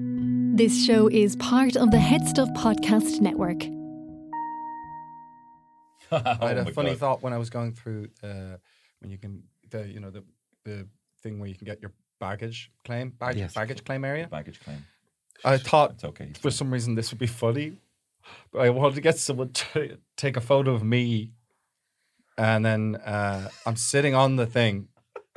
This show is part of the Head Stuff Podcast Network. I had Oh a my funny God. thought when I was going through uh, when you can the you know the the thing where you can get your baggage claim bag, Yes. baggage claim area. Baggage claim. I thought It's okay. for some reason this would be funny, but I wanted to get someone to take a photo of me, and then uh, I'm sitting on the thing.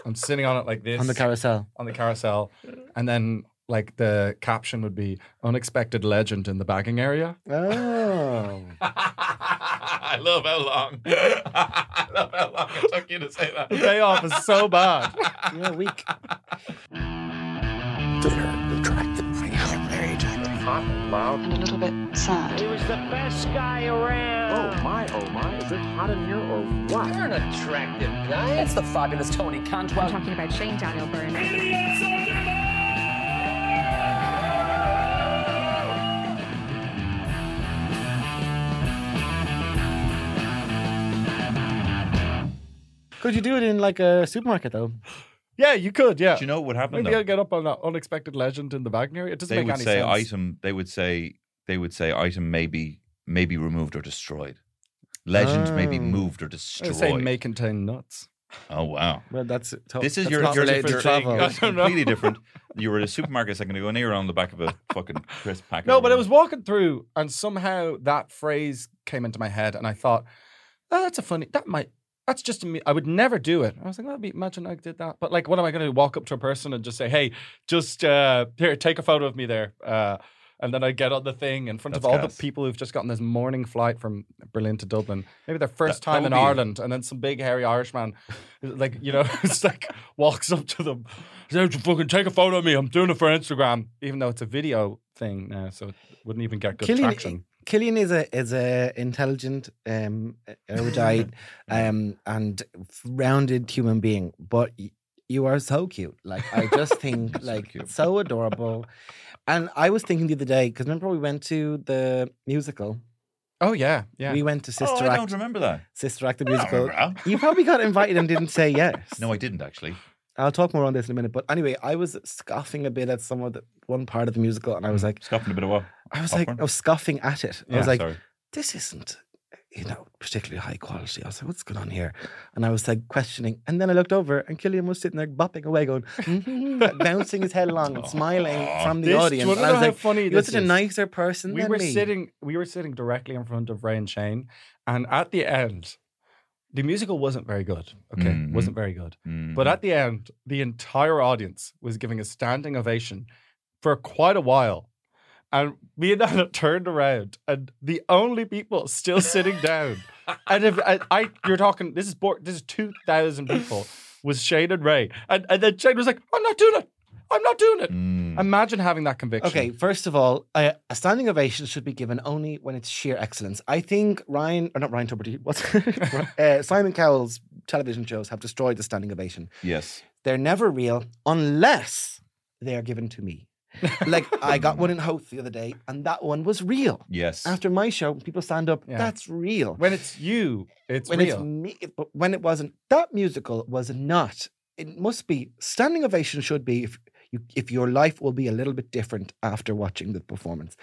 I'm sitting on it like this on the carousel. on the carousel, and then like the caption would be unexpected legend in the bagging area. Oh. I love how long. I love how long it took you to say The that. day off is so bad. You're weak. and a little bit sad. was the best guy around. Oh my, oh my, is it hot in here or what? You're an attractive guy. That's the fabulous Tony Cantwell. talking about Shane Daniel Byrne. Could you do it in like a supermarket though? Yeah, you could. Yeah. Do you know what would happen Maybe though? I'll get up on that unexpected legend in the bagging area. It doesn't they make would any say sense. item. They would say they would say item maybe maybe removed or destroyed. Legend may be Oh. moved or It would say destroyed. may contain nuts. oh wow. Well, that's to- This is Oh, that's your, not your related to different travel. thing. It's I don't know. completely different. You were at a supermarket a second ago, and now you're on the back of a fucking crisp Oh, packet. No, but I was walking through, and somehow that phrase came into my head, and I thought, oh, "That's a funny. That might. That's just me. I would never do it." I was like, "That'd be imagine I did that." But like, what am I going to do? Walk up to a person and just say, "Hey, just uh, here, take a photo of me there." Uh, and then I get on the thing in front That's of all gas. the people who've just gotten this morning flight from Berlin to Dublin, maybe their first That- that time would in be- Ireland, and then some big hairy Irishman, like you know, it's like walks up to them, says, "Fucking take a photo of me. I'm doing it for Instagram, even though it's a video thing now, so it wouldn't even get good traction." Killian, Killian is a is a intelligent, um, erudite, um, and rounded human being. But y- you are so cute. Like I just think So like so, cute. adorable. And I was thinking the other day because remember we went to the musical. Oh yeah, yeah. We went to Oh, Sister I Act. don't remember that. Sister Act the I don't musical. remember that. You probably got invited and didn't say yes. No, I didn't actually. I'll talk more on this in a minute. But anyway, I was scoffing a bit at some of the one part of the musical, and I Mm. was like, Scuffing a bit of what? I was Popcorn? like, I was scoffing at it. I Yeah, was like, sorry. this isn't, you know, particularly high quality. I was like, what's going on here? And I was like questioning, and then I looked over, and Killian was sitting there bopping away, going, "Mm-hmm," bouncing his head along and smiling from the This- do you audience. wanna And I know was how like, funny you're this such a is? nicer person we than were me. sitting we were sitting directly in front of Ray and Shane, and at the end, the musical wasn't very good. Okay, Mhm. wasn't very good. Mm. But at the end, the entire audience was giving a standing ovation for quite a while. And me and Anna turned around, and the only people still sitting down, and if I, I you're talking, this is board, this is two thousand people, was Shane and Ray, and and then Shane was like, "I'm not doing it, I'm not doing it." Mm. Imagine having that conviction. Okay, first of all, a, a standing ovation should be given only when it's sheer excellence. I think Ryan, or not Ryan Tuberty, what's uh, Simon Cowell's television shows have destroyed the standing ovation. yes. They're never real unless they are given to me. like I got one in Hoth the other day, and that one was real. Yes. After my show, people stand up. Yeah. That's real. when it's you, it's when real. it's me, but when it wasn't, that musical was not. It must be standing ovation should be if you if your life will be a little bit different after watching the performance.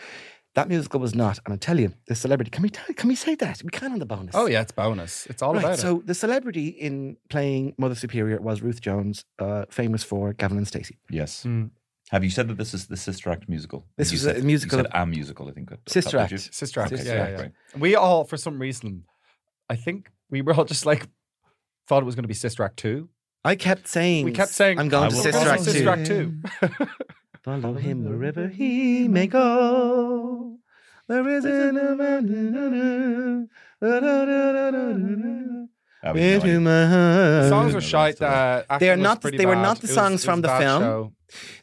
That musical was not, and I tell you, the celebrity. Can we tell, can we say that? We can on the bonus. oh yeah, it's bonus. It's all Right, about so the celebrity in playing Mother Superior was Ruth Jones, uh, famous for Gavin and Stacey. Yes. Mm. Have you said that this is the Sister Act musical? This You was a said, musical You said a musical, I think. that- Sister that- did Act. it. Sister Act. you? Okay, Sister yeah, Act, yeah, yeah. right. We all, for some reason, I think we were all just like thought it was going to be Sister Act two. I kept saying We kept saying I'm going I to will Sister follow Act Sister too. Act two. Follow him wherever he may go. There isn't a mountain. I would Where know to any- my The no, songs were heart. that's shite. the- Uh, acting are was not- pretty they were bad. not the It was- songs it was from a the bad film. show.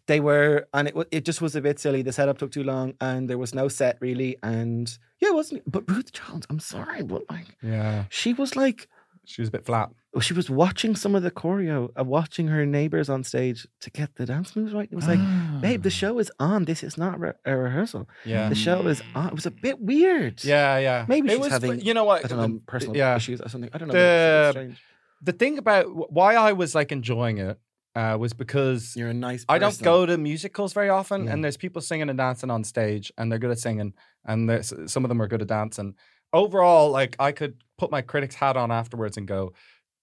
They were, and it wa- it just was a bit silly. The setup took too long, and there was no set really. And yeah, it wasn't. But Ruth Jones, I'm sorry, but like Yeah, she was like she was a bit flat. she was watching some of the choreo, uh, watching her neighbors on stage to get the dance moves right. It was like, Ah. babe, the Mm. show is on. This is not re- a rehearsal. Yeah, The show is on. It was a bit weird. yeah, yeah. Maybe it she's was, having- You know what? I don't know, personal yeah. issues or something. I don't know. The- it's- it's strange. The thing about wh- why I was like enjoying it uh, was because You're a nice. I don't person. go to musicals very often, Yeah. and there's people singing and dancing on stage, and they're good at singing, and there's, some of them are good at dancing. Overall, like I could put my critic's hat on afterwards and go,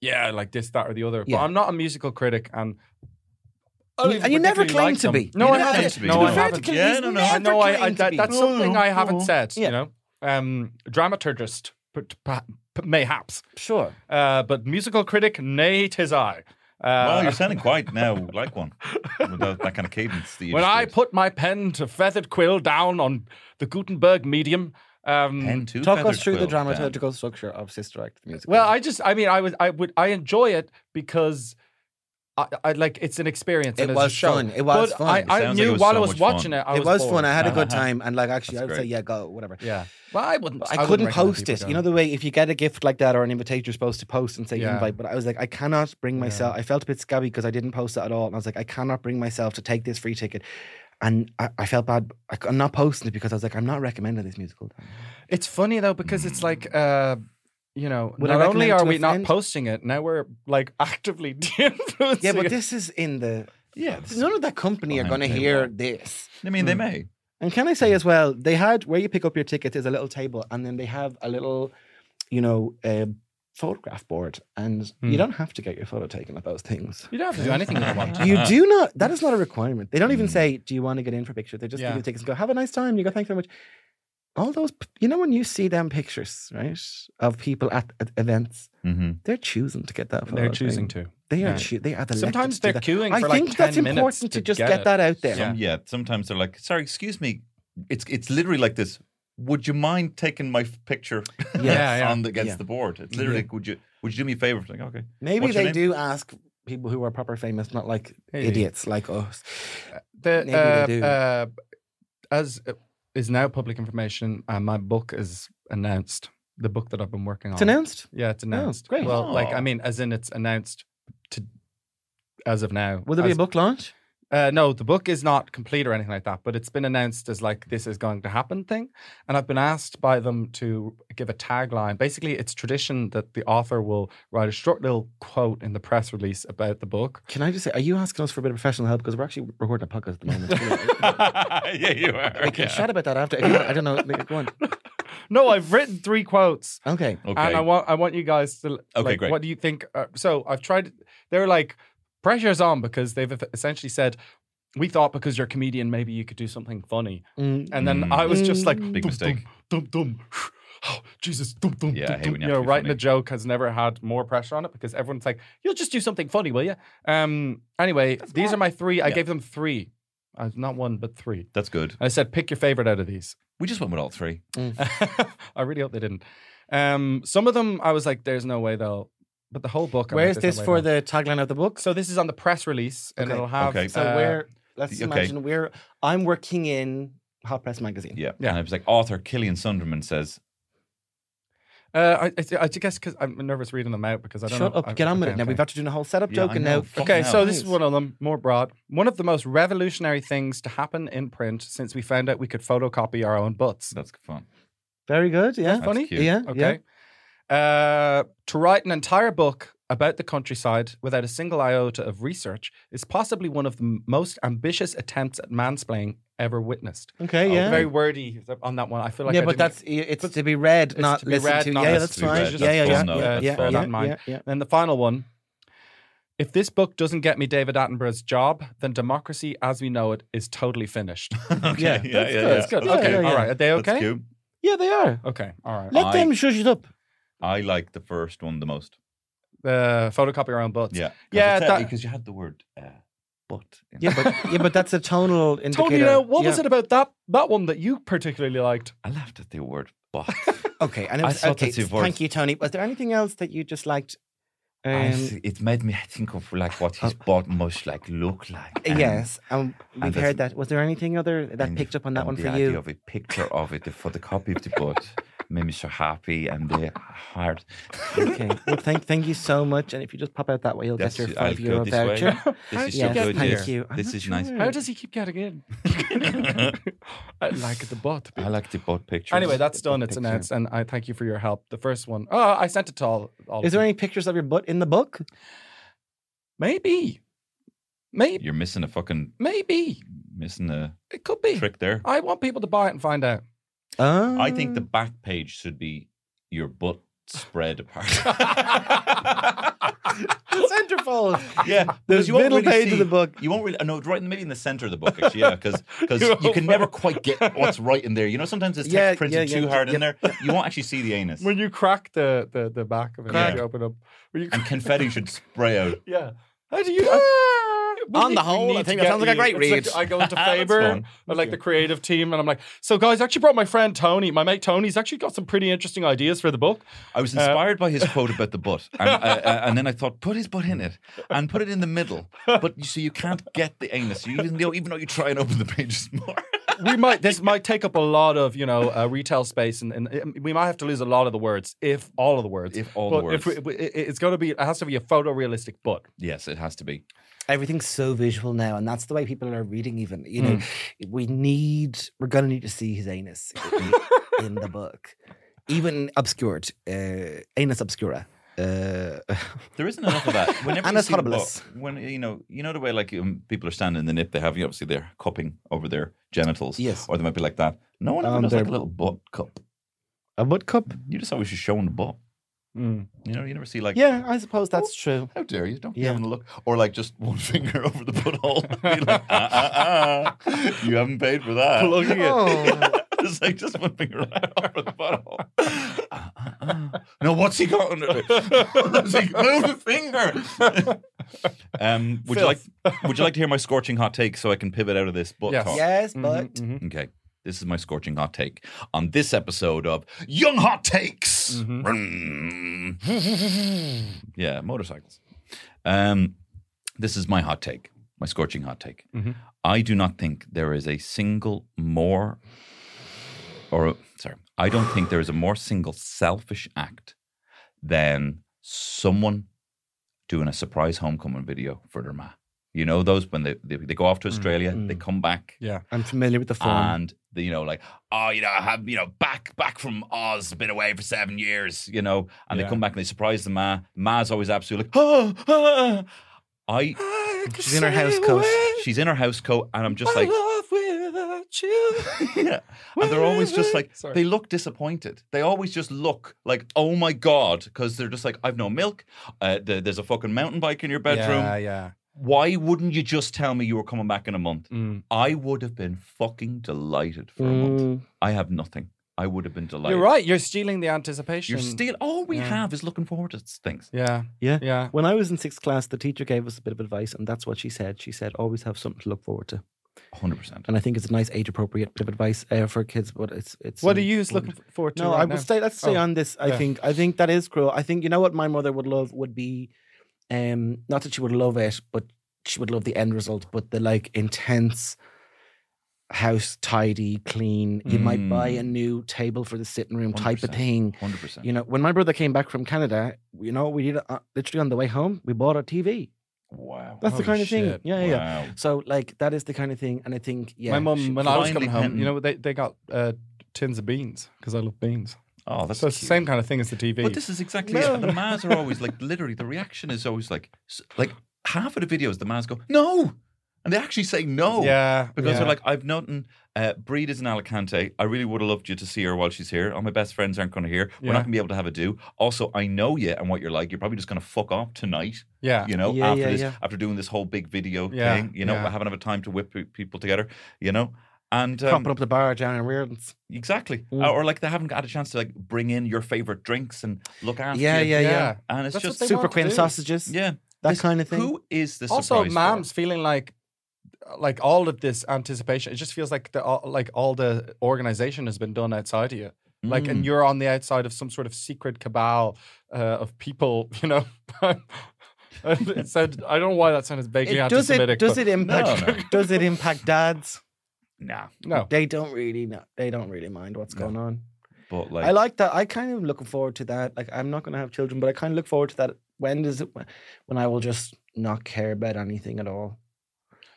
yeah, like this, that, or the other. Yeah. But I'm not a musical critic, and I don't And you- even and you never particularly claimed like to them. be. No, You I never- claimed to haven't. be. No, I To be fair, haven't. He's Yeah, no, no. I never know. I, Oh, I claimed to that, be. that's No, something I no, haven't no. said. Yeah. You know, um, dramaturgist, p- t- pa- p- mayhaps, Sure. uh, but musical critic, nay, tis I. well, Uh, you're sounding quite now like one with that, that kind of cadence. That you when just I did. put my pen to feathered quill down on the Gutenberg medium. Um, Pen to Talk feathered us through the quill, Dan. dramaturgical structure of Sister Act the musical. well, I just, I mean, I was, I would, I enjoy it because. I, I like it's an experience. It and it's a was show. fun. It was but fun. I, It I sounds knew like it was while so I was much fun. watching it, I it was bored. fun. I had a Uh-huh. good time, and like actually, That's I would say, great. yeah, go, whatever. Yeah, well, I wouldn't. I, wouldn't couldn't recommend post people it. You know going. the way if you get a gift like that or an invitation, you're supposed to post and say Yeah. invite. But I was like, I cannot bring Yeah. myself. I felt a bit scabby because I didn't post it at all, and I was like, I cannot bring myself to take this free ticket. And I, I felt bad. I, am not posting it because I was like, I'm not recommending this musical. It's funny though because it's like uh you know, Would I not only recommend are to a we not friend? posting it, now we're like actively influencing. Yeah, but it. this is in the. Yeah, None of that company are going Behind to the table. hear this. I mean, they Hmm. may. And can I say as well, they had where you pick up your ticket is a little table, and then they have a little, you know, uh, photograph board, and Hmm. you don't have to get your photo taken at those things. you don't have to do anything you want. You do not. That is not a requirement. They don't even Mm. say, "Do you want to get in for pictures?" They just Yeah. give you tickets and go, "Have a nice time." You go, "Thanks very much." All those, p- you know, when you see them pictures, right, of people at, at events, hmm they're choosing to get that. They're photo choosing thing. to. They are. yeah. Choo- they are the. Sometimes they're queuing I for like think that's 10 minutes important to just get, it. that out there. Yeah. Um, Yeah. Sometimes they're like, "Sorry, excuse me." It's it's literally like this. Would you mind taking my f- picture Yeah, yeah. on the, against Yeah. the board? It's literally like, Yeah. would you would you do me a favor? It's Like, okay, Maybe What's your they name? do ask people who are proper famous, not like Hey. idiots like us. Maybe The, they uh, do. uh, as uh, is now public information, uh, my book is announced. The book that I've been working on. It's announced. Yeah, it's announced. great. Well, like Oh. I mean, as in it's announced to as of now. Will there be as a book launch? Uh, no, the book is not complete or anything like that, but it's been announced as like this is going to happen thing. And I've been asked by them to give a tagline. Basically, it's tradition that the author will write a short little quote in the press release about the book. Can I just say, are you asking us for a bit of professional help? Because we're actually recording a podcast at the moment. yeah, you are. We yeah. can chat about that after. If you want, I don't know. Like, go on. No, I've written three quotes. Okay. Okay. And I want I want you guys to Okay, like, great. What do you think? Uh, so I've tried. They're like pressure's on because they've eff- essentially said we thought because you're a comedian maybe you could do something funny, Mm. and then Mm. I was just like Mm. Big "Dum, mistake. Dum dum. Oh, Jesus, dum dum. Yeah, I dum, hate dum." when you you have know, to be writing a funny. joke has never had more pressure on it because everyone's like, "You'll just do something funny, will you?" Um. Anyway, these are my three. I Yeah. gave them three, uh, not one but three. That's good. I said, pick your favorite out of these. We just went with all three. I really hope they didn't. Um, some of them I was like, there's no way they'll. But the whole book. I'm like, Where's "There's this no way for they'll." the tagline of the book? So this is on the press release, and Okay. it'll have. Okay. So uh, we're let's okay. imagine we're I'm working in Hot Press magazine. Yeah. Yeah. And I was like, author Killian Sunderman says, Uh, I, I, I guess because I'm nervous reading them out because I don't Shut know. up, I- get on with okay, it. Now okay. we've had to do the whole setup Yeah, I joke and know. now Fuck. Okay, Fucking so hell. this is one of them, more broad. One of the most revolutionary things to happen in print since we found out we could photocopy our own butts. that's fun. Very good. Yeah. That's Funny? cute. Yeah. Yeah. Okay. Uh, to write an entire book about the countryside without a single iota of research is possibly one of the m- most ambitious attempts at mansplaining ever witnessed. Okay, Oh, yeah. Very wordy on that one. I feel like yeah, I but didn't- that's it's but- to be read, it's not to be listened read, to. not yeah, listened that's to be fine. read. Yeah, yeah, That's yeah, full note. yeah, That's yeah, fair. yeah, Not mine. yeah, yeah. Then the final one. If this book doesn't get me David Attenborough's job, then democracy as we know it is totally finished. okay. Yeah, that's good, that's good. Yeah, Okay. yeah, yeah. All right. Are they That's okay? cute. Yeah, they are. Okay. All right. Let I- them shush it up. I like the first one the most. Uh, photocopy our own butts. Yeah. 'Cause Yeah, it's, uh, that- Because you had the word uh, but. in Yeah, it. but yeah, but that's a tonal indicator. Tony, uh, what yeah. was it about that that one that you particularly liked? I laughed at the word but. Okay, and it I was, thought okay, that's your thank voice. you, Tony. Was there anything else that you just liked? I Um, th- it made me think of like what his butt must like look like. and- Oh. yes, um, we've and heard that's- that. Was there anything other that and picked up on that and one the for idea you? of a picture of it, the photocopy of the butt, made me so happy and the heart. okay. Well, thank thank you so much. And if you just pop out that way, you'll That's get your it, I'll five go euro this way. voucher. This is yes, so good. thank yes. you. I'm This not is nice. sure. How does he keep getting in? I like the butt. I like the butt picture. Uh, Anyway, that's done. big It's picture. announced, and I thank you for your help. The first one, oh, I sent it to all. all Is of there you. any pictures of your butt in the book? Maybe. Maybe, You're missing a fucking maybe missing a it could be. trick there. I want people to buy it and find out. Uh, I think Um. the back page should be your butt spread apart. centerfold. yeah, The because you won't middle really page of see- the book. You won't really. No, it's right in the maybe in the center of the book. Actually, yeah, because You you can won't- never quite get what's right in there. You know, sometimes it's text Yeah, printed yeah, yeah, too hard yeah. in there. You won't actually see the anus. When you crack the the, the back of it, Crack. when you open up. When you and crack, confetti should spray out. yeah. How do you? I- we On need- the we whole, need I to think that get sounds like a you- great it's like read. I go into That's Faber, fun. I like the creative team, and I'm like, so guys, I actually brought my friend Tony, my mate Tony's actually got some pretty interesting ideas for the book. I was inspired by his quote about the butt, and, uh, uh, and then I thought, put his butt in it and put it in the middle. But you see, you can't get the anus. You even though, even though you try and open the pages more. we might this might take up a lot of you know uh, retail space and, and it- we might have to lose a lot of the words if all of the words If all but the words. if we, it, it's going to be it has to be a photorealistic book yes, it has to be. Everything's so visual now, and that's the way people are reading. Even you know, Hmm. we need we're gonna need to see his anus in, in the book, even obscured uh, anus obscura. Uh, There isn't enough of that. Whenever you Anus see the book, horribilis. when you know, you know the way like um, people are standing in the nip, they have you obviously they're cupping over their genitals. Yes. or they might be like that. No one ever Um, does like they're- a little butt cup. a wood cup. You just always just showing the butt. Mm. You know, you never see like Oh. Yeah, I suppose that's true. How dare you? Don't be Yeah. having a look. Or like just one finger over the butthole. Be like, ah, ah, ah. You haven't paid for that. Plugging it. Oh. it's like just one finger over the butthole. Ah, ah, ah. No, what's he got under there? It's like, Move the finger. um, would you like? Would you like to hear my scorching hot take so I can pivot out of this butt Yes. talk? yes, Mhm, but mhm. Okay. This is my scorching hot take on this episode of Young Hot Takes. Vroom. yeah, motorcycles. Um, this is my hot take, my scorching hot take. I do not think there is a single more, or sorry, I don't think there is a more single selfish act than someone doing a surprise homecoming video for their ma. You know those when they they, they go off to Australia, they come back, yeah I'm familiar with the form. and the, you know, like, oh, you know, I have you know, back back from Oz, been away for seven years, you know, and Yeah. they come back and they surprise the ma. Ma's always absolutely like, oh, ah. I, She's in her house coat. she's in her house coat, and I'm just like, love without you yeah. and they're always just like, Sorry. they look disappointed. They always just look like, oh my god, because they're just like, I've no milk. Uh, th- there's a fucking mountain bike in your bedroom. yeah yeah Why wouldn't you just tell me you were coming back in a month? Mm. I would have been fucking delighted for a Mm. month. I have nothing. I would have been delighted. you're right you're stealing the anticipation You're still all we Yeah. have is looking forward to things. yeah Yeah. yeah When I was in sixth class, the teacher gave us a bit of advice, and that's what she said. She said, always have something to look forward to. Hundred percent. And I think it's a nice age appropriate bit of advice uh, for kids, but it's. it's what are um, you looking wouldn't- forward to No, right I now? would stay. Let's stay Oh, on this. I yeah. think. I think that is cruel. I think you know what my mother would love would be, um, not that she would love it, but she would love the end result. But the like intense house tidy, clean. You might buy a new table for the sitting room type of 100%. thing. Mm. Hundred percent. You know, when my brother came back from Canada, you know, what we did uh, literally on the way home, we bought a TV. Wow. That's Holy the kind of thing. shit. Yeah, yeah, yeah. Wow. So like that is the kind of thing, and I think yeah. my she- mum when I was finally coming home pen- you know they, they got uh, tins of beans because I love beans Oh, that's so it's the cute. same kind of thing as the TV But this is exactly it. The Maz are always like literally the reaction is always like s- like half of the videos the Maz go no, and they actually say no. yeah Because yeah. they're like, I've nothing. Uh, Breed is in Alicante. I really would have loved you to see her while she's here. All my best friends aren't going to hear. We're Yeah. not going to be able to have a do. Also, I know you and what you're like. You're probably just going to fuck off tonight. yeah You know, Yeah, after yeah, this, yeah. after doing this whole big video Yeah, thing. You know, yeah. I haven't had time to whip pe- people together. You know, and um, propping up the bar down in Reardon's. exactly, Mm. Uh, or like they haven't had a chance to like bring in your favorite drinks and look after. Yeah, you. yeah, yeah. And it's That's what just they Super want to cream do. sausages. yeah, that This- kind of thing. Who is the also surprise mom's for? feeling like like all of this anticipation it just feels like the all- like all the organization has been done outside of you like Mm, and you're on the outside of some sort of secret cabal uh, of people you know it said i don't know why that sounded vaguely It- does anti-semitic it does but- it impact No, no. does it impact dads? nah, no They don't really know. They don't really mind what's going on. but like I like that. I kind of looking forward to that. Like I'm not going to have children, but I kind of look forward to that. When does it? When I will just not care about anything at all.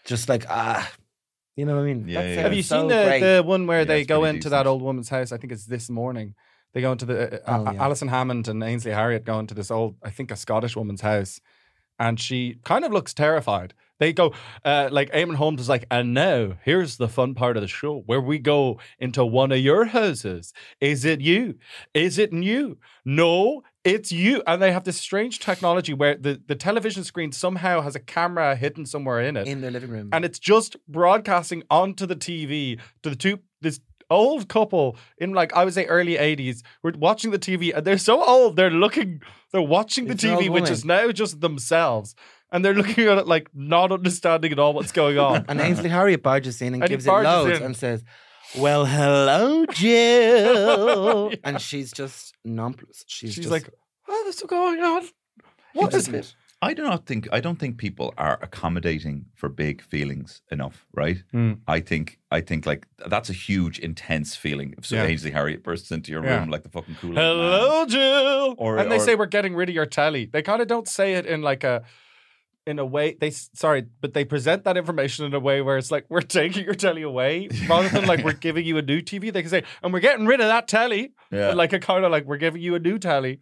Just like ah, you know what I mean? Yeah, That yeah, yeah. sounds have you so seen the, great. the one where Yeah, they it's go pretty into that decent. old woman's house i think it's this morning they go into the uh, Oh, A- yeah. alison hammond and ainsley harriet go into this old i think a scottish woman's house and she kind of looks terrified. They go, uh, like Eamon Holmes is like, and now here's the fun part of the show where we go into one of your houses. Is it you? Is it you? No, it's you. And they have this strange technology where the, the television screen somehow has a camera hidden somewhere in it in their living room. and it's just broadcasting onto the TV to the two this old couple in like I would say early eighties. We're watching the TV and they're so old they're looking they're watching the It's an TV old which woman. is now just themselves and they're looking at it like not understanding at all what's going on. And Ainsley Harriet barges in And and, he gives it barges loads in. and says, Well, hello, Jill. And she's just nonplussed. She's, She's just, like, "What is going on? What is it?" I do not think I don't think people are accommodating for big feelings enough, right? Hmm. I think I think like that's a huge intense feeling if so Yeah. Ainsley Harriet bursts into your Yeah. room like the fucking cool. Hello, Jill. Or- and they or- say we're getting rid of your telly. They kind of don't say it in like a in a way they s- sorry, but they present that information in a way where it's like we're taking your telly away rather than like we're giving you a new TV. They can say and we're getting rid of that telly. Yeah. Like a kind of like we're giving you a new telly.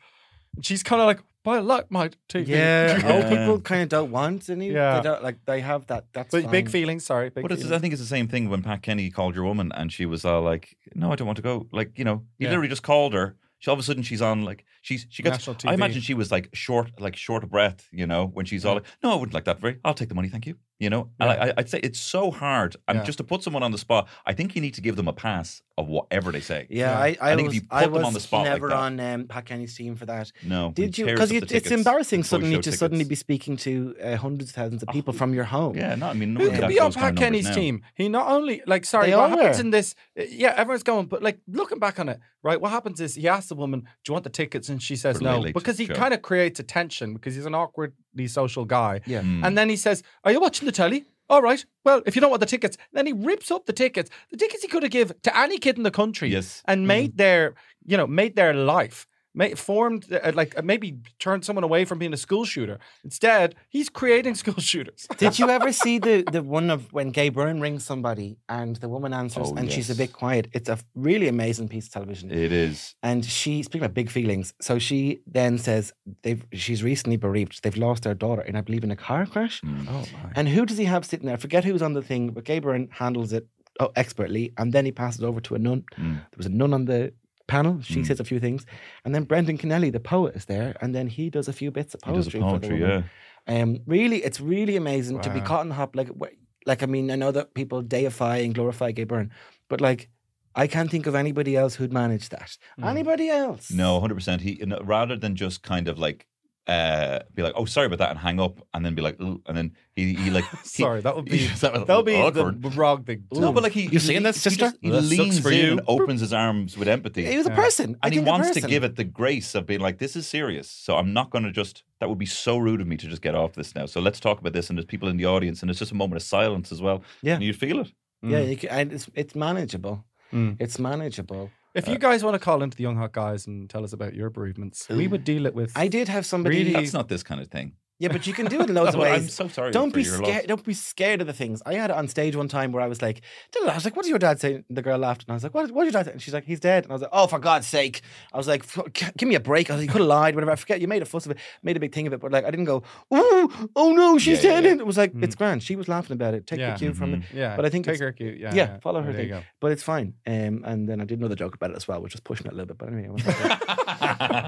And she's kind of like, but I like my TV. Yeah. Oh, Yeah. people kind of don't want any. Yeah. They don't, like, they have that. That's but big fine. feelings. Sorry, big But it's, I feelings. think it's the same thing when Pat Kenny called your woman and she was all like, "No, I don't want to go." Like you know, he Yeah. literally just called her. She all of a sudden she's on like she's she gets. National I TV. imagine she was like short, like short of breath, you know, when she's all like, "No, I wouldn't like that very. I'll take the money, thank you." You know, and I, I- I'd say it's so hard. And Yeah. just to put someone on the spot, I think you need to give them a pass of whatever they say. Yeah, Yeah. I, I, I think if was, you put I them was on the spot like never that- on um, Pat Kenny's team for that. No, when Did he you? tears Because up the it, it's tickets, embarrassing the suddenly show to tickets. Oh, suddenly be speaking to uh, hundreds of thousands of people from your home. Yeah, no, I mean, Who nobody could has be on those kind Pat of numbers Kenny's now. team? He not only like sorry, They what all happens were. in this? eh, Yeah, everyone's going, but like looking back on it, right? What happens is he asks the woman, "Do you want the tickets?" and she says For the Late no, Late because he Show. kind of creates a tension because he's an awkwardly social guy. Yeah. Mm. And then he says, "Are you watching the telly?" All right. Well, if you don't want the tickets, then he rips up the tickets. The tickets he could have give to any kid in the country Yes. Hmm. and made their, you know, made their life, made, formed uh, like uh, maybe turned someone away from being a school shooter. Instead, he's creating school shooters. Did you ever see the the one of when Gay Byrne rings somebody and the woman answers Oh, and she's a yes. bit quiet? It's a really amazing piece of television. It is. And she speaking about big feelings. So she then says they've she's recently bereaved. They've lost their daughter, and I believe in a car crash. Mm. Oh my. And who does he have sitting there? I forget who's on the thing, but Gay Byrne handles it oh, expertly, and then he passes over to a nun. Mm. There was a nun on the panel. She Mm. says a few things, and then Brendan Kennelly, the poet, is there, and then he does a few bits of He does poetry. for the poetry, woman. yeah. Um, really, it's really amazing to be Wow. caught in the hop. Like, wh- like I mean, I know that people deify and glorify Gay Byrne, but like, I can't think of anybody else who'd manage that. Mm. Anybody else? No, hundred percent. He no, rather than just kind of like uh be like, oh, sorry about that, and hang up, and then be like, Ooh, and then he, he like, he- Sorry, that would be that was that would be awkward. the wrong thing. to no, do. but like he, You seeing he- this, he sister? just- He, Well, that sucks leans for in you. and opens his arms with empathy, It was a Yeah. person, I and he think a wants to person. give it the grace of being like, this is serious, so I'm not going to just. That would be so rude of me to just get off this now. So let's talk about this, and there's people in the audience, and it's just a moment of silence as well. Yeah. and you feel it. Yeah, you ca- and it's it's manageable. Mm. It's manageable. If you guys want to call into the Young Hot Guys and tell us about your bereavements, we would deal it with. I did have somebody. Really- That's not this kind of thing. Yeah, but you can do it in loads of Well, I'm ways. so sorry. Don't for be your scared. loss. Don't be scared of the things. I had it on stage one time where I was like, "Did it?" I was like, "What did your dad say?" And the girl laughed, and I was like, "What? What did your dad say?" And she's like, "He's dead." And I was like, "Oh, for God's sake!" I was like, "F- g- "Give me a break." I was like, "You could have lied, whatever." I forget. You made a fuss of it, made a big thing of it, but like, I didn't go, "Oh, oh no, she's Yeah, Hmm. Mm-hmm. yeah, dead." yeah. And it was like, Mm. "It's grand." She was laughing about it. Take Yeah. the cue from it, yeah, but I think take it's- her cue. Yeah, yeah, follow her There you thing. go. but it's fine. Um, and then I did another joke about it as well, which was pushing it a little bit. But anyway, I won't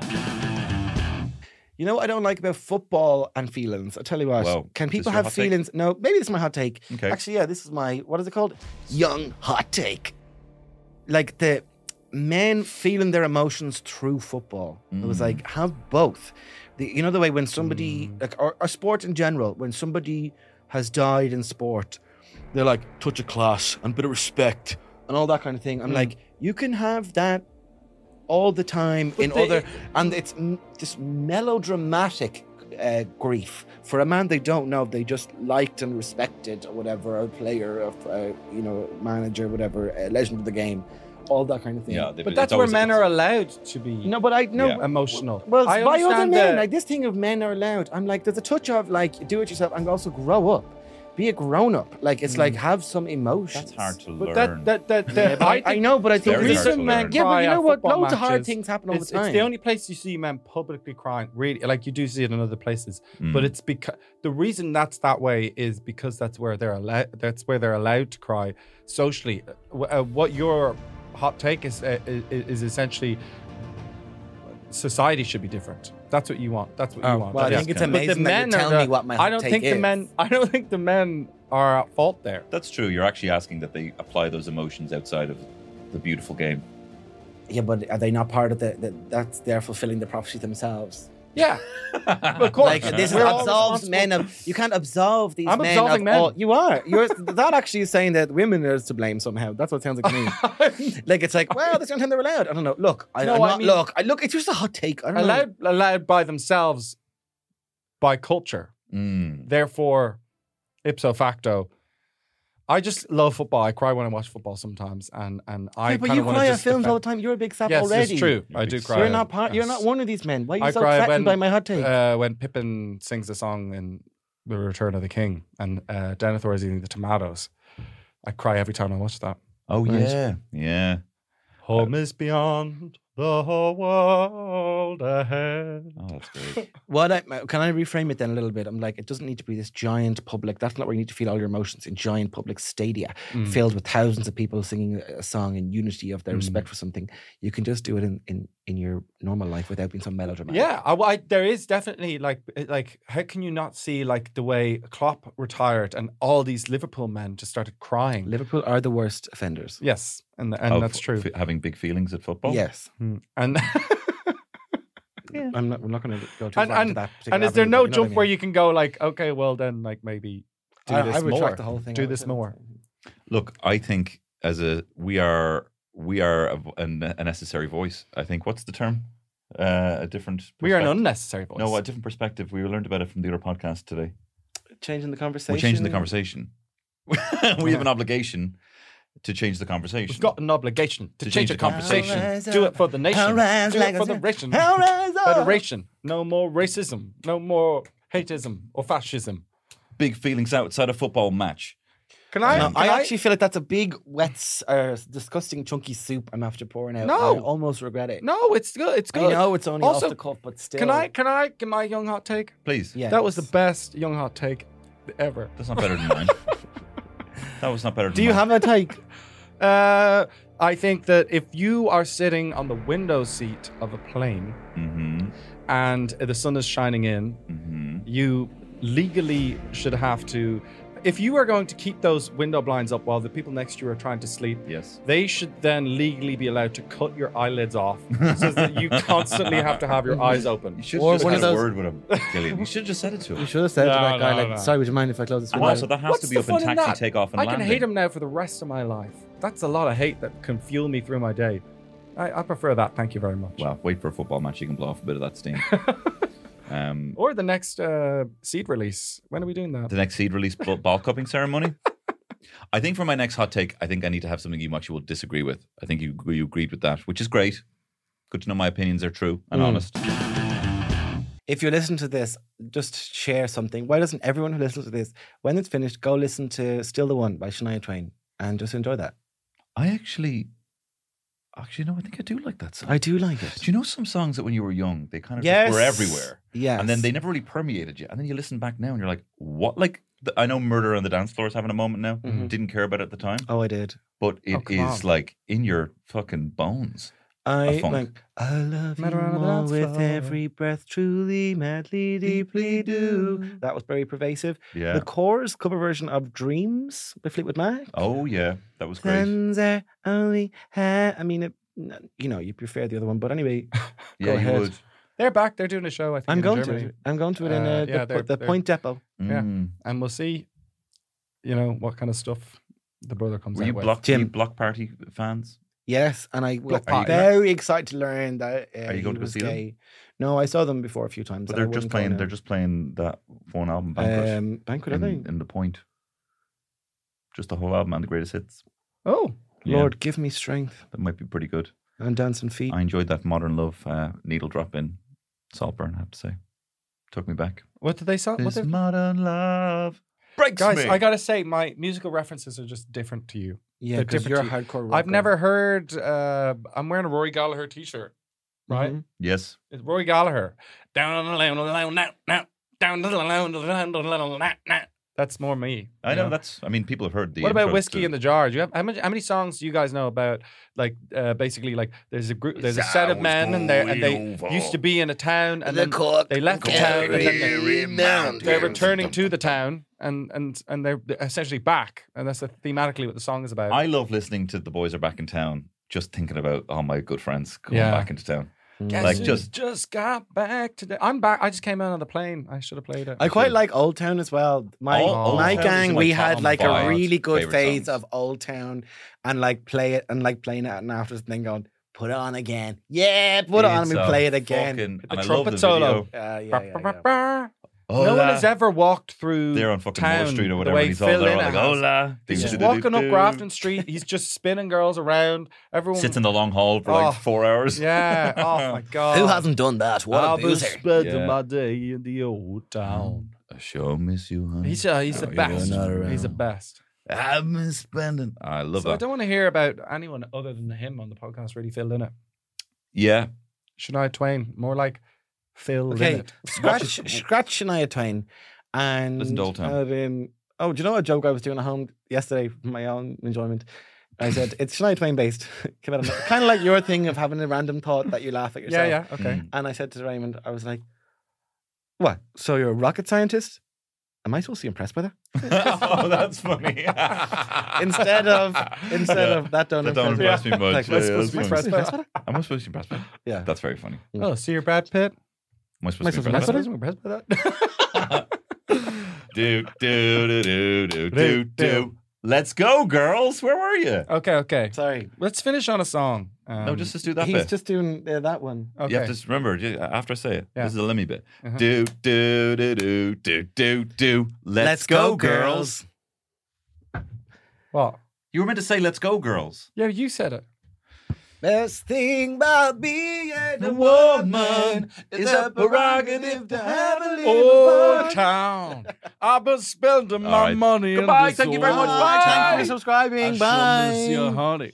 go there. you know what I don't like about football and feelings? I tell you what, Wow. can Is this people your have hot take? feelings? No, maybe this is my hot take. Okay. Actually, yeah, this is my what is it called? Young hot take. Like the men feeling their emotions through football. It was Mm. like have both. The, you know the way when somebody like or, or sport in general, when somebody has died in sport, they're like touch of class and bit of respect and all that kind of thing. I'm Mm. like, you can have that all the time in they- other, and it's m- this melodramatic uh, grief for a man they don't know. They just liked and respected or whatever, a player, a, uh, you know, manager, whatever, a legend of the game, all that kind of thing. Yeah, they- But it's that's where always- men it's- are allowed to be No, but I know. Yeah. emotional. Well, I by other understand men, that- like this thing of men are allowed. I'm like, there's a touch of like do it yourself and also grow up. Be a grown up. Like it's like Mm. have some emotions. That's hard to learn. But that that that, that Yeah, but I, I, think know, but I think very we hard should- to reason men learn. Yeah, but cry you at know what? football Loads of hard matches, things happen all It's, the time. it's the only place you see men publicly crying, really. Like you do see it in other places, Hmm. Mm. but it's because the reason that's that way is because that's where they're allowed. That's where they're allowed to cry socially. Uh, wh- uh, what your hot take is, uh, is is essentially society should be different. That's what you want. That's what Oh, you want. well, I That's- think it's But the amazing that you're men are telling the- me what my I don't think the men. I don't think the men are at fault there. That's true. You're actually asking that they apply those emotions outside of the beautiful game. Yeah, but are they not part of the? the that's they're fulfilling the prophecy themselves. Yeah, of course. Like this We're all absolves responsible. men of. You can't absolve these I'm men. absolving of men. All, you are. You're that actually is saying that women are to blame somehow. That's what it sounds like to me. like it's like, well, that's the only time they're allowed. I don't know. Look, I, No, I'm I not, mean- look, I look. It's just a hot take. I don't know. allowed allowed by themselves by culture. Mm. Therefore, ipso facto, I just love football. I cry when I watch football sometimes, and and I. yeah, but kinda you wanna cry at just films defend- all the time. You're a big sap Yes, already. it's true. You're I big do sap. cry. You're not part. You're Yes. not one of these men. Why are you I so cry threatened when- by my hot take? Uh, when Pippin sings the song in The Return of the King, and uh, Denethor is eating the tomatoes, I cry every time I watch that. Oh Right. yeah, yeah. Home is beyond the whole world ahead. Oh, that's great. What I my- can I reframe it then a little bit? I'm like, it doesn't need to be this giant public. That's not where you need to feel all your emotions in giant public stadia Mm. filled with thousands of people singing a a song in unity of their Mm. respect for something. You can just do it in in, in your normal life without being so melodramatic. Yeah, I, I, there is definitely like like how can you not see like the way Klopp retired and all these Liverpool men just started crying. Liverpool are the worst offenders. Yes, and and Of that's true. f- having big feelings at football. Yes, Mm. And I'm not. We're not going to go too And- far into that. particular and is there avenue, no but you know what jump I where mean. you can go like, okay, well then, like maybe do I- this I more. retract the whole thing. Do I would this say- more. Look, I think as a we are we are a, a, ne- a necessary voice. I think what's the term? Uh, a different. We are an perspective. unnecessary voice. No, a different perspective. We learned about it from the other podcast today. Changing the conversation. We're changing the conversation. we have an obligation to change the conversation. We've got an obligation to, change, the conversation. Horizon. Do it for the nation. Horizon. Do it for the nation. Horizon. Federation. No more racism. No more hateism or fascism. big feelings outside a football match. Can I? No, can I actually feel like that's a big wet, s- uh, disgusting, chunky soup I'm after pouring out. No. I almost regret it. No, it's good. It's I good. know it's only Also, off the cuff, but still. Can I? Can I? Can my young hot take? Please. Yeah. That was the best young hot take ever. That's not better than mine. that was not better than Do you mine. have a take? Uh, I think that if you are sitting on the window seat of a plane Mm-hmm. and the sun is shining in, Mm-hmm. you legally should have to. If you are going to keep those window blinds up while the people next to you are trying to sleep, Yes. they should then legally be allowed to cut your eyelids off so that you constantly have to have your eyes open. You should Or have just one had of a those- word with him, Gillian. You should have just said it to You him. should have said it to No, that guy, no, like, no. sorry, would you mind if I close this And window? also, that has What's to be the up in fun in taxi that? takeoff and I landing. can hate him now for the rest of my life. That's a lot of hate that can fuel me through my day. I, I prefer that. Thank you very much. Well, wait for a football match. You can blow off a bit of that steam. um, Or the next uh, seed release. When are we doing that? the next seed release ball, ball cupping ceremony. I think for my next hot take, I think I need to have something you actually will disagree with. I think you you agreed with that, which is great. Good to know my opinions are true and Mm. honest. if you listen to this, just share something. Why doesn't everyone who listens to this, when it's finished, go listen to Still the One by Shania Twain and just enjoy that? I actually, actually no, I think I do like that song. I do like it. Do you know some songs that when you were young they kind of Yes. just were everywhere, Yes. and then they never really permeated you, and then you listen back now and you're like, what? Like the, I know "Murder on the Dance Floor" is having a moment now. Mhm. Didn't care about it at the time, Oh, I did. but it Oh, is come on. like in your fucking bones. I funk. like. I love you Met around the more dance with floor. every breath, truly, madly, deeply do. That was very pervasive. Yeah. The Core's cover version of Dreams by Fleetwood Mac. oh yeah, that was great. Friends are only ha- I mean, it, n- you know, you prefer the other one, but anyway, yeah, go you ahead. would. They're back. They're doing a show. I think I'm in going Germany. to it. I'm going to it Uh, in uh, yeah, the, they're- the they're- Point Depot. Yeah. Mm. and we'll see. You know what kind of stuff the brother comes Were out you with. block? were you Jim. block party fans? Yes, and I was Block party. very excited to learn that. Uh, Are you going he to go was see them? gay. No, I saw them before a few times. But and I they're just wouldn't go playing. now. They're just playing that one album banquet um, banquet. in, are they? in the point. Just the whole album and the greatest hits. Oh, Yeah, Lord, give me strength that might be pretty good. and dancing feet. I enjoyed that Modern Love uh, needle drop in Saltburn, I have to say. Took me back. what did they say? What This did- modern love breaks Guys, me. I gotta say, my musical references are just different to you. Yeah, They're because you're a different hardcore. I've rocker. never heard. Uh, I'm wearing a Rory Gallagher T-shirt, right? Mhm. yes. It's Rory Gallagher. Down on the low, low, now, now. Down the low, low, low, low, low, now, now. That's more me. I you know that's. I mean, people have heard the. What about intros whiskey to- in the jar? Do you have how, much, how many songs do you guys know about? Like uh, basically, like there's a group, there's a set of men, and they and they used to be in a town, and then they left the town, and then they, Mm-hmm. they're returning to the town, and and and they're essentially back, and that's thematically what the song is about. I love listening to the boys are back in town. Just thinking about all my good friends coming Yeah. back into town. Guess Mm-hmm. like who just- just got back today. I'm back. I just came out on the plane. I should have played it. I quite like Old Town as well. My Old- Old my Town is gang, my we bottom had like five a really good favourite phase songs. of Old Town and like play it and like playing it and after and then going, put it on again. Yeah, put it on and we It's a play it again. fucking- and the I love trumpet the solo. video. Uh, yeah, yeah, yeah. No one Hola. has ever walked through. They're on fucking town Moore Street the or whatever. way and he's all Phil there, all Lynott like, has. hola. He's just Do-do-do-do-do. walking up Grafton Street. He's just spinning girls around. Everyone Sits in the long hall for like Oh. four hours. Yeah. Oh my god. Who hasn't done that? What I'll a be loser. spending Yeah. my day in the old town. I sure miss you, honey. He's uh, he's the Oh, you're best. not around. He's the best. I've been spending. I love so I that. don't want to hear about anyone other than him on the podcast. Really, Phil Lynott, yeah. Shania Twain, more like Phil Okay, Lynott. scratch, scratch Shania Twain, and Listen to Old Town. add in- oh, do you know a joke I was doing at home yesterday for my own enjoyment? I said it's Shania Twain based, kind of like your thing of having a random thought that you laugh at Yeah, yourself. yeah, okay. Mm. And I said to Raymond, I was like, "What? So you're a rocket scientist? Am I supposed to be impressed by that?" oh, that's funny. Instead of instead of that don't, That don't impress impress me much. Like, yeah, am I supposed to be that's impressed funny. by that? Am I supposed to be impressed by that? Yeah. That's very funny. Mm. Oh, see your Brad Pitt. Am I supposed to be Am I impressed by supposed that? to be impressed by that? Do, do, do, do, do, do, do. Let's go, girls. Where were you? okay, okay. Sorry, Let's finish on a song. no, Um, just, just do that he's bit. just doing uh, that one. okay. You have to s- remember ju- after I say it. Yeah. This is a Lemmy bit. Uh-huh. Do do do do do do do. Let's, go, girls. What? You were meant to say "Let's go, girls." Yeah, you said it. Best thing about being a woman woman is is a a prerogative prerogative to to have have a a Old Oh, little town. I've been spending my All right. money. Goodbye, In this thank you very much, old bye. town. Thank you for subscribing. I sure Bye. miss you, honey.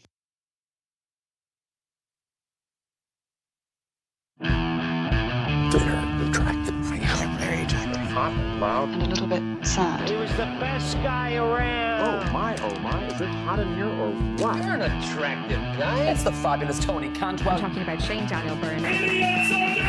Hot, loud. and a little bit sad. He was the best guy around. Oh my, oh my, is it hot in here or what? You're an attractive guy. That's the fabulous Tony Cantwell. talking about Shane Daniel Byrne.